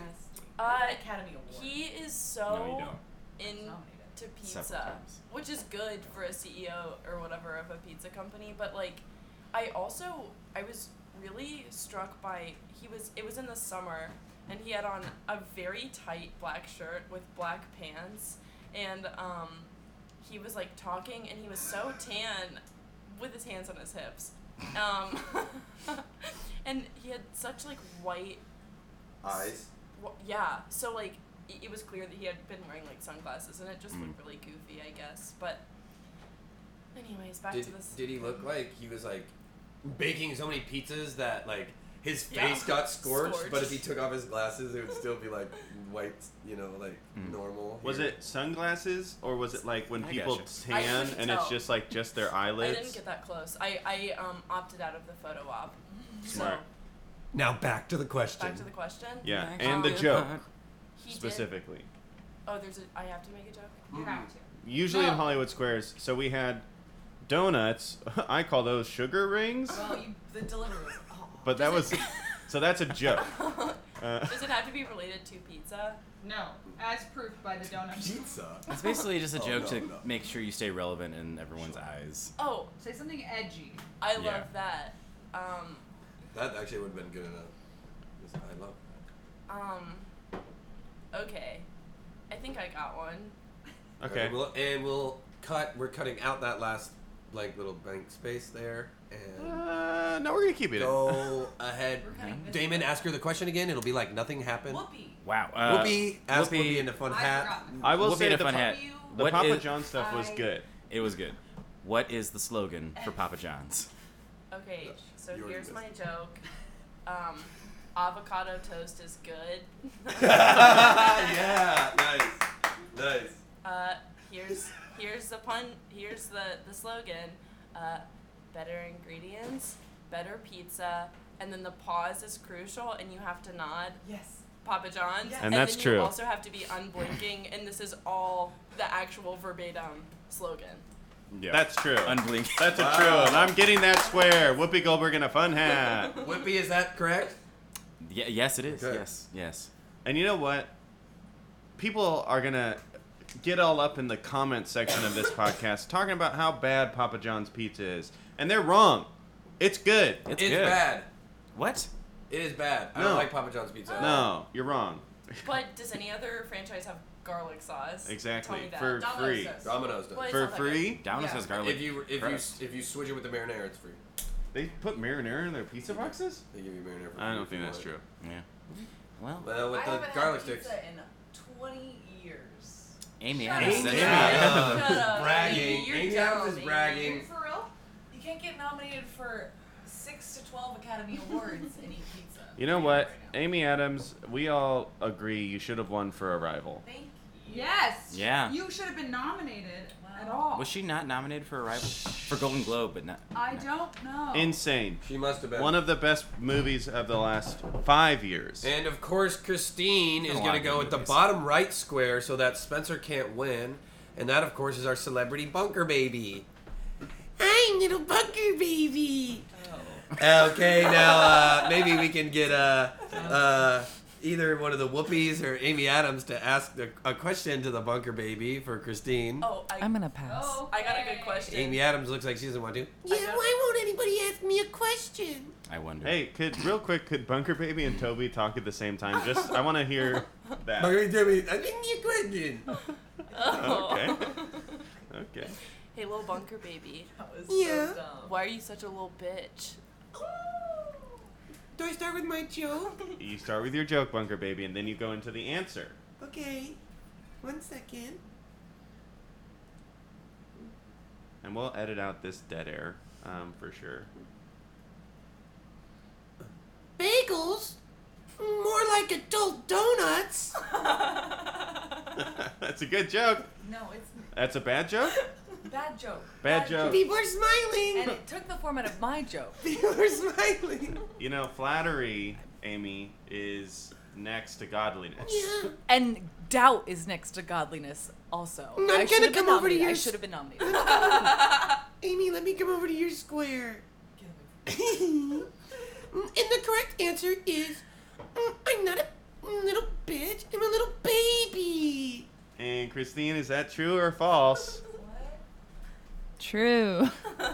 uh,
Academy Award.
he is
No, you
so
don't.
into
Nominated.
Several
pizza,
times.
which is good for a CEO or whatever of a pizza company. But like, I also I was really struck by he was it was in the summer and he had on a very tight black shirt with black pants and um he was like talking and he was so tan with his hands on his hips um and he had such like white
Eyes.
well, yeah. So like, it, it was clear that he had been wearing like sunglasses, and it just looked really goofy, I guess. But, anyways, back
Did,
to this.
did he look like he was like baking so many pizzas that like his
Yeah.
face got scorched,
Scorched.
but if he took off his glasses, it would still be like white, you know, like
Mm.
normal.
Hmm. Was
hair.
it sunglasses or was it like when
I
people
gotcha.
I
tan
couldn't
and it's
tell.
just like just their eyelids?
I didn't get that close. I I um opted out of the photo op.
Smart.
Now back to the
So
question.
back to the question.
yeah,
Thanks.
and the
Oh.
joke
He did-
specifically.
oh, there's a. I have to make a joke.
You have to.
Usually in
No.
Hollywood Squares, so we had donuts. I call those sugar rings,
Oh,
Well, you, the delivery was awful.
but that was so that's a joke. Uh,
Does it have to be related to pizza?
No, as proved by the donut.
Pizza.
It's basically just a
Oh,
joke
no,
to
no.
make sure you stay relevant in everyone's eyes.
Oh,
Say something edgy.
I
Yeah.
love that. Um,
That actually would have been good enough. Just, I love.
um. Okay, I think I got one.
okay.
And we'll, and we'll cut. We're cutting out that last blank little blank space there, and
Uh, no, we're gonna keep it. in.
go ahead.
We're cutting this
Damon,
out.
ask her the question again. It'll be like nothing happened.
Whoopi.
Wow. Uh,
Whoopi, ask
Whoopi-
Whoopi in a fun
I
hat.
forgot.
I will
Whoopi
say
in a
the,
fun
pa-
hat.
W-
the
What
Papa
is-
John stuff was
I-
good.
It was good. What is the slogan for Papa John's?
Okay, so
you already
here's
missed
my joke. Um, avocado toast is good.
yeah, nice, nice.
uh, here's here's the pun. Here's the the slogan. Uh, better ingredients, better pizza, and then the pause is crucial, and you have to nod.
Yes.
Papa John's,
Yes.
And that's
then
true.
You also have to be unblinking, and this is all the actual verbatim um, slogan.
Yeah.
That's true.
unblinking.
That's a
Wow.
true. And I'm getting that square. Whoopi Goldberg in a fun hat.
Whoopi, is that correct?
Yeah, yes, it is.
Okay.
Yes, yes.
And you know what? People are gonna get all up in the comment section of this podcast talking about how bad Papa John's pizza is, and they're wrong. It's good.
It's,
It's
good.
bad.
What?
It is bad. I
No.
don't like Papa John's pizza.
No, you're wrong.
But does any other franchise have garlic sauce? Tell
Exactly.
me that.
For
Domino's
free.
says.
Domino's does.
Well, it's
For
not that
free?
Down
Yeah.
says garlic.
If you if
crust.
you if you switch it with the marinara, it's free.
They put marinara in their pizza boxes?
They give you marinara. For
I
free
don't
if you
think that's
want.
true.
yeah. Well,
Well, with
I
the
haven't had
garlic sticks.
pizza in 20 years.
Amy
Shut
Adams.
up.
said
Amy
that.
Adams
Shut up.
bragging.
You're
Amy
dumb,
Adams is
Amy.
bragging.
For real? You can't get nominated for 6 to 12 Academy Awards and eat pizza.
You know
Right
what?
now.
Amy Adams, we all agree you should have won for Arrival.
Thank you.
Yes.
Yeah.
You should have been nominated at
Wow.
all.
Was she not nominated for Arrival? For Golden Globe, but not.
I don't know.
Insane.
She must have been.
One of the best movies of the last five years.
and of course, Christine is
lot
going to
of
go
good
with the
movies.
bottom right square so that Spencer can't win. And that, of course, is our celebrity bunker baby. Hi, little bunker baby. Oh. Okay, now uh, maybe we can get uh, uh, either one of the Whoopies or Amy Adams to ask the, a question to the bunker baby for Christine.
Oh, I,
I'm gonna pass.
I got a good question.
Amy Adams looks like she doesn't want to.
Yeah, why
won't anybody ask me a question?
I wonder.
Hey, could real quick, could Bunker Baby and Toby talk at the same time? Just I want to hear that.
Oh.
Okay. Okay.
Hey, little bunker baby.
That was
Yeah.
so dumb.
Why are you such a little bitch?
Do I start with my joke?
You start with your joke, Bunker Baby, and then you go into the answer.
Okay. One second.
And we'll edit out this dead air um, for sure.
Bagels? More like adult donuts.
That's a good joke.
No, it's
That's a bad joke?
bad joke.
Bad joke.
People are smiling.
And it took the format of my joke.
People are smiling.
You know, flattery, Amy, is next to godliness.
And doubt is next to godliness also.
I'm
I
gonna
should've been
come over to
nominated. I
your-
should have been nominated.
Amy, let me come over to your square. and the correct answer is mm, I'm not a little bitch, I'm a little baby.
And Christine, is that true or false?
True.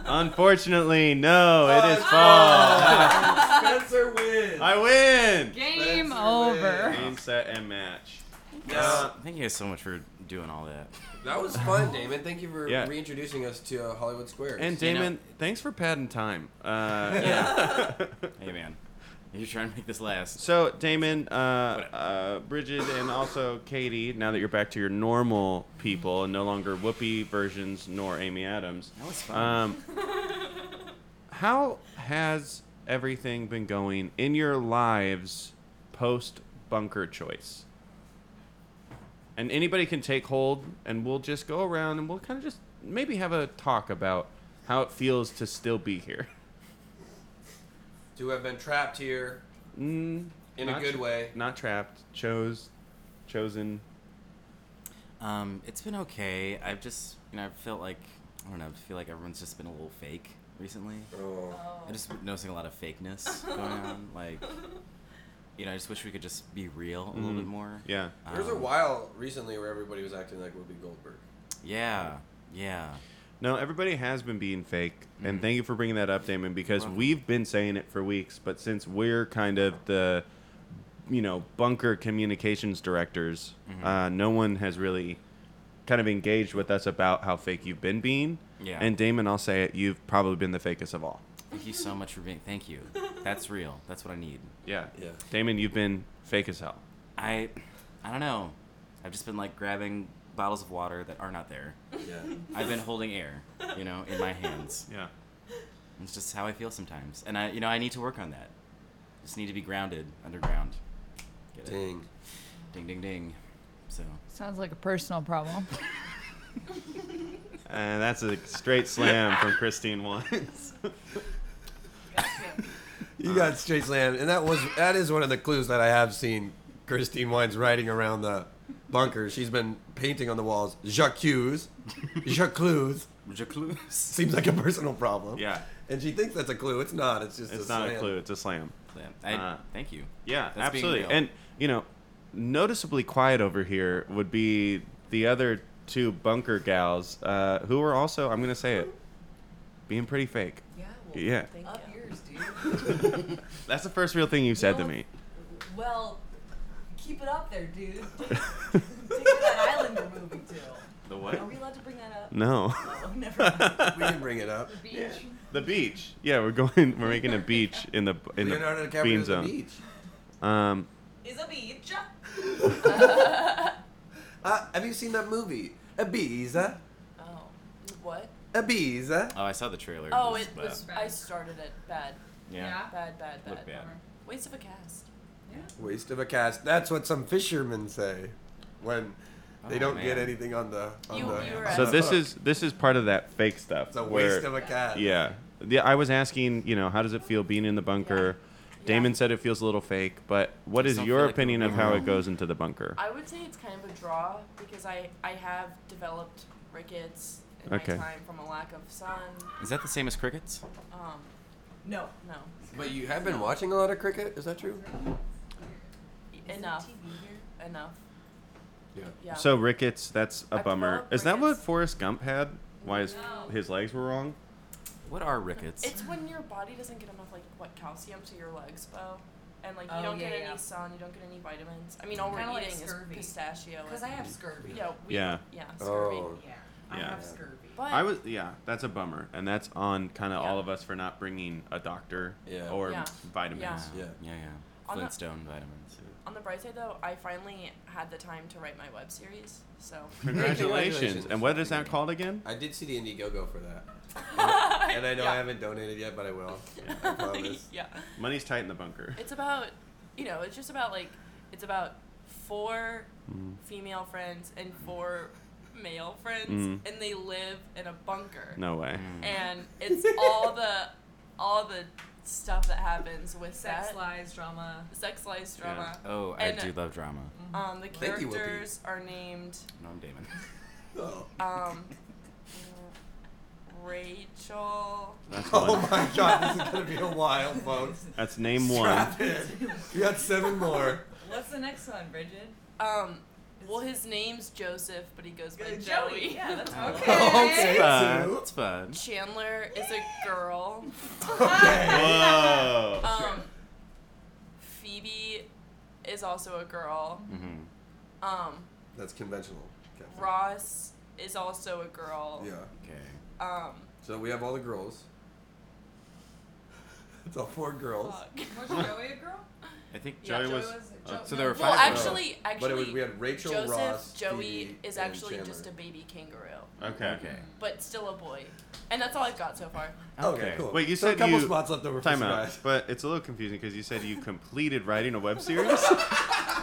Unfortunately, no, it is
Oh.
false.
Spencer wins.
I win.
Game
Spencer
over.
Game, set, and match.
Now,
Thank you guys so much for doing all that.
that was fun, Damon. Thank you for
Yeah.
reintroducing us to uh, Hollywood Squares.
And
You know-
Damon, thanks for padding time. Uh,
Hey, man. You're trying to make this last.
So, Damon, uh, uh, Bridget, and also Katie, now that you're back to your normal people and no longer Whoopi versions nor Amy Adams,
That was fun.
um, how has everything been going in your lives post bunker choice? And anybody can take hold, and we'll just go around and we'll kind of just maybe have a talk about how it feels to still be here.
to have been trapped here
Mm,
in a
Not
good
tra-
way.
Not trapped, chose, chosen.
Um, it's been okay. I've just, you know, I felt like, I don't know, I feel like everyone's just been a little fake recently.
Oh.
i just been noticing a lot of fakeness going on. Like, you know, I just wish we could just be real a little
Mhm.
bit more.
Yeah.
There was a
Um,
while recently where everybody was acting like Whoopi Goldberg.
Yeah, yeah.
No, everybody has been being fake, and thank you for bringing that up, Damon, because
Welcome.
we've been saying it for weeks. But since we're kind of the, you know, bunker communications directors, uh, no one has really kind of engaged with us about how fake you've been being.
Yeah.
And Damon, I'll say it, you've probably been the fakest of all.
Thank you so much for being. Thank you. That's real. That's what I need.
Yeah.
Yeah.
Damon, you've been fake as hell.
I, I don't know. I've just been like grabbing bottles of water that are not there.
Yeah.
I've been holding air, you know, in my hands.
Yeah.
It's just how I feel sometimes, and I, you know, I need to work on that. Just need to be grounded underground. Get it?
Dang.
Ding, ding, ding. So
Sounds like a personal problem.
And that's a straight slam from Christine Wines.
You got straight slammed, and that was that is one of the clues that I have seen. Christine Wines riding around the bunker. She's been painting on the walls. J'accuse, j'accuse.
Jacluse.
Seems like a personal problem.
yeah.
And she thinks that's a clue. It's not. It's just
It's
a
not a
slam.
clue, it's a slam.
I,
Uh,
thank you.
Yeah,
That's being
absolutely.
real.
And you know, noticeably quiet over here would be the other two bunker gals, uh, who are also I'm gonna say it, being pretty fake.
Yeah. Well,
Yeah.
thank Up
you.
yours, dude.
That's the first real thing you said to
Well,
me.
Well, keep it up there, dude. Take it to that island you're moving to.
The what?
Are we allowed to bring that up?
No,
Oh, never mind.
We can bring it up.
the beach. Yeah, we're going. We're making a beach in the in
Leonardo
the
DiCaprio
bean
at the
zone.
beach.
Um,
Is a beach.
Uh, have you seen that movie? Ibiza,
Oh, what?
Ibiza.
Oh, I saw the trailer.
Oh, it
It was
was.
bad.
I started it bad,
Yeah.
bad, bad,
Looked
bad.
bad.
Waste of a cast.
Waste of a cast. That's what some fishermen say when They
Oh,
don't get
man.
anything on the. On
You-
the
you were
on
at-
So
the
this
hook.
is this is part of that fake stuff.
It's a
where-
waste of a cat.
Yeah. Yeah, I was asking, you know, how does it feel being in the bunker? Damon said it feels a little fake, but what
Just
is
don't
your
feel like
opinion
we're
of how
alone.
it goes into the bunker?
I would say it's kind of a draw because I, I have developed rickets in
Okay.
my time from a lack of sun.
Is that the same as crickets?
Um,
No.
no,
But you have been watching a lot of cricket. Is that true?
enough, enough.
Yeah.
Yeah.
So rickets, that's a
I
bummer.
love
Is that what
rickets.
Forrest Gump had? Why his
No.
his legs were wrong?
What are rickets?
It's when your body doesn't get enough like what calcium to your legs, Bo, and like you
Oh,
don't
yeah,
get
yeah.
any sun, you don't get any vitamins. I mean, all we're
Kinda
eating
like
is
scurvy.
pistachio.
Because I have scurvy.
yeah, we,
Yeah.
yeah, scurvy.
Oh.
Yeah. I
Yeah.
have scurvy.
But
I was yeah, that's a bummer, and that's on kind of all
Yeah.
of us for not bringing a doctor
Yeah.
or
Yeah.
vitamins.
yeah.
Yeah.
Yeah,
Yeah.
Uh, yeah.
On the-
Flintstone vitamins.
on the bright side though, I finally had the time to write my web series. So
Congratulations!
Congratulations.
and what is that called again?
I did see the Indiegogo for that, and I know I haven't donated yet, but I will. I promise.
yeah,
Money's tight in the bunker.
it's about you know, it's just about like it's about four female friends and four male friends,
Mm-hmm.
Mm.
and they live in a bunker.
No way.
Mm.
and it's all the all the stuff that happens with
Sex
that
lies, drama.
sex lies drama.
Oh, I
And-
do love drama.
Um, the
Thank you, Whoopi.
characters are named
No, I'm Damon.
Oh,
um, Rachel.
That's one.
Oh my God! This is gonna be a wild, folks.
That's name one.
Strap in. You got seven more.
What's the next one, Bridget?
Um, well, his name's Joseph, but he goes by
Good,
Joey.
Yeah, that's
Okay.
okay.
Fun.
Two.
Oh, It's fun.
Chandler is a girl.
Okay.
Whoa.
Um, Phoebe is also a girl.
Mm-hmm.
Um,
That's conventional. Okay.
Ross is also a girl.
Yeah.
Okay.
Um,
So we have all the girls. It's all four girls.
fuck.
Was Joey a girl?
I think oh,
Yeah.
Joey
Joey
was.
was-
uh,
Jo-
so there were
no,
Well,
five girls.
actually, actually,
but it was we had Rachel,
Joseph
Ross,
Joey
Phoebe,
is
and
actually
Chandler.
just a baby kangaroo,
okay.
Okay.
but still a boy, and that's all I've got so far.
Okay,
Okay.
cool.
Wait, you
so a
said
couple
you-
spots left over for
Time
some
out.
guys.
But it's a little confusing because you said you completed writing a web series.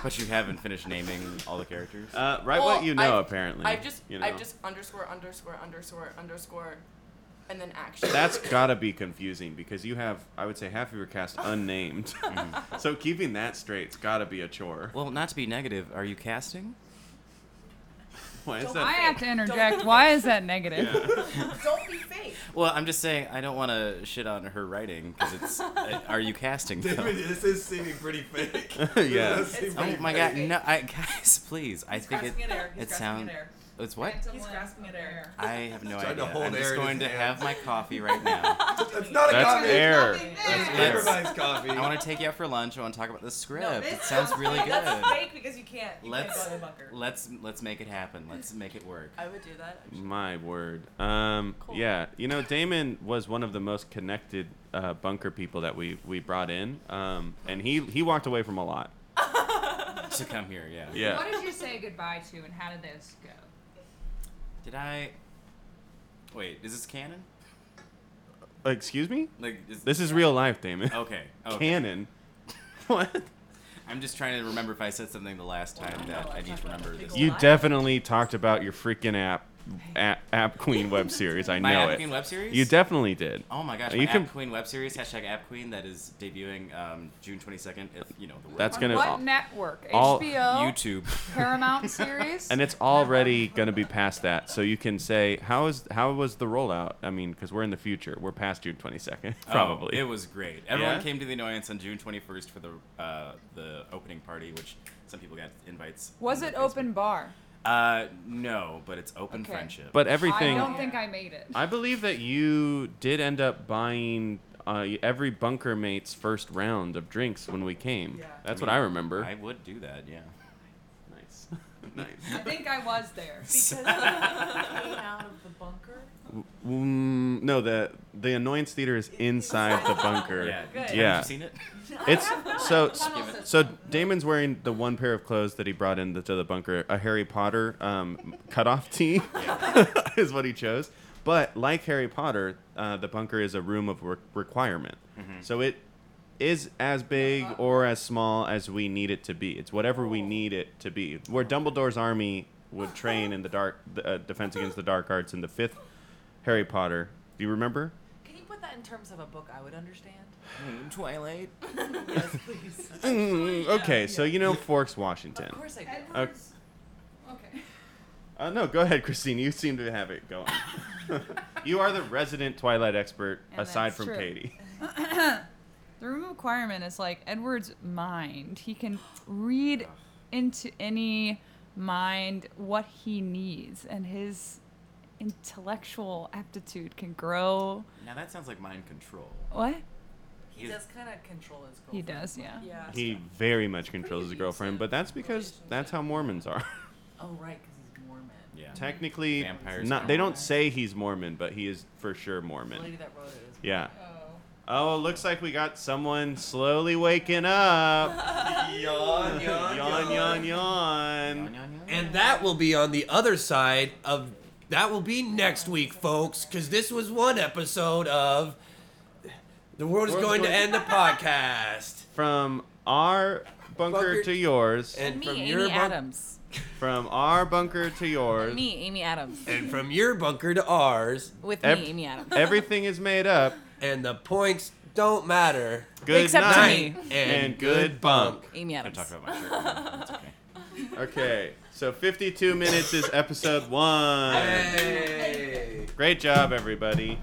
But you haven't finished naming all the characters.
Uh, write
Well,
what you know,
I've-
apparently.
I've just,
you know.
I've just underscore underscore underscore underscore, and then action.
That's gotta be confusing because you have, I would say, half of your cast unnamed. so keeping that straight's gotta be a chore.
well, not to be negative, are you casting?
Why is
I
that?
have to interject. Why is that negative?
Don't be fake.
Well, I'm just saying I don't want to shit on her writing because it's. uh, are you casting?
David,
though?
this is seeming pretty fake. This
Yeah.
does seem
It's
pretty
Oh my
fake.
god! No, I, guys, please. I
He's
think it.
grasping at air. He's
it
grasping
sound-
at air.
It's what?
He's grasping at air.
I have no
Trying to
idea.
hold
I'm
air
just
in
going to
his hand.
have my coffee right now.
It's not a
That's
coffee.
air.
It's
That's-
improvised coffee.
I want to take you out for lunch. I want to talk about the script.
No,
it
this
sounds
sounds
really
fake. That's
good.
fake because you can't. You
Let's
can't go to the bunker.
let's let's make it happen. Let's make it work.
I would do that. actually.
My word. Um,
Cool.
Yeah, you know, Damon was one of the most connected uh, bunker people that we, we brought in, um, and he, he walked away from a lot.
To come here, yeah.
Yeah.
What did you say goodbye to, and how did this go?
Did I? Wait, is this canon?
Excuse me?
Like is...
This is real life, Damon.
Oh,
Okay. okay.
Canon. What?
I'm just trying to remember if I said something the last time that I need to remember this.
You
Live?
definitely talked about your freaking app, app, app Queen web series. I know
My
it.
App Queen web series.
You definitely did.
Oh my gosh,
Uh,
my
You can-
App Queen web series hashtag App Queen that is debuting um, June 22nd. If you know the word.
That's
On
gonna,
what network?
all-
HBO,
YouTube.
Oh, Paramount series.
and it's already gonna be past that. So you can say, how is how was the rollout? I mean, because we're in the future. We're past June twenty second,
Oh,
probably.
it was great. Everyone
Yeah?
came to the annoyance on June 21st for the uh, the opening party, which some people got invites.
was
on
it
their
open bar?
Facebook. Uh, no, but it's open
Okay.
friendship.
but
I
everything.
don't
I,
think I made it.
believe that you did end up buying uh, every bunker mate's first round of drinks when we came.
Yeah.
That's
I
what I
mean,
remember.
I would do that. Yeah.
Nice, nice.
I think I was there.
Came out of the bunker.
Mm, no, the the annoyance theater is inside the bunker.
Yeah. Have
Yeah.
you seen it?
It's so
Give it-
so Damon's wearing the one pair of clothes that he brought into the bunker, a Harry Potter um, cutoff tee, is what he chose. But like Harry Potter, uh, the bunker is a room of re- requirement, so it is as big or as small as we need it to be. It's whatever we need it to be. Where Dumbledore's army would train in the dark the, uh, defense against the dark arts in the fifth Harry Potter. Do you remember?
Can you put that in terms of a book I would understand?
Oh.
Twilight.
yes, please.
Mm, okay, so you know Forks, Washington.
Of course I do.
Edwards. Okay.
Uh, no, go ahead, Christine. You seem to have it going. you are the resident Twilight expert,
And
aside
that's
from
true.
Katie.
The room requirement is like Edward's mind. He can read into any mind what he needs, and his intellectual aptitude can grow.
Now that sounds like mind control.
What?
He does kind of control his girlfriend.
He does, yeah.
Yeah.
He very much controls his girlfriend, but that's because that's how Mormons are.
Oh, right, because he's Mormon.
Yeah.
Technically,
Vampires
not. They don't
vampires.
say he's Mormon, but he is for sure
The lady
Mormon.
that wrote it is.
Yeah.
Oh.
Oh, looks like we got someone slowly waking up.
Yawn, yawn,
yawn, yawn, yawn.
And that will be on the other side of that will be next week, folks, because this was one episode of The World is
World's
Going to
Going-
End the Podcast.
From our bunker,
Bunker-
to yours.
And
Me,
from
Amy
your bun-
Adams.
From our bunker to yours.
Me, Amy Adams.
and from your bunker to ours,
With
Ev-
me, Amy Adams.
Everything is made up.
and the points don't matter.
Good
Except to
night.
me.
And,
And
good
good
bunk.
Amy
I
Adams.
talked about my shirt. No, It's okay.
Okay, so 52 minutes is episode one.
Hey.
Great job, everybody.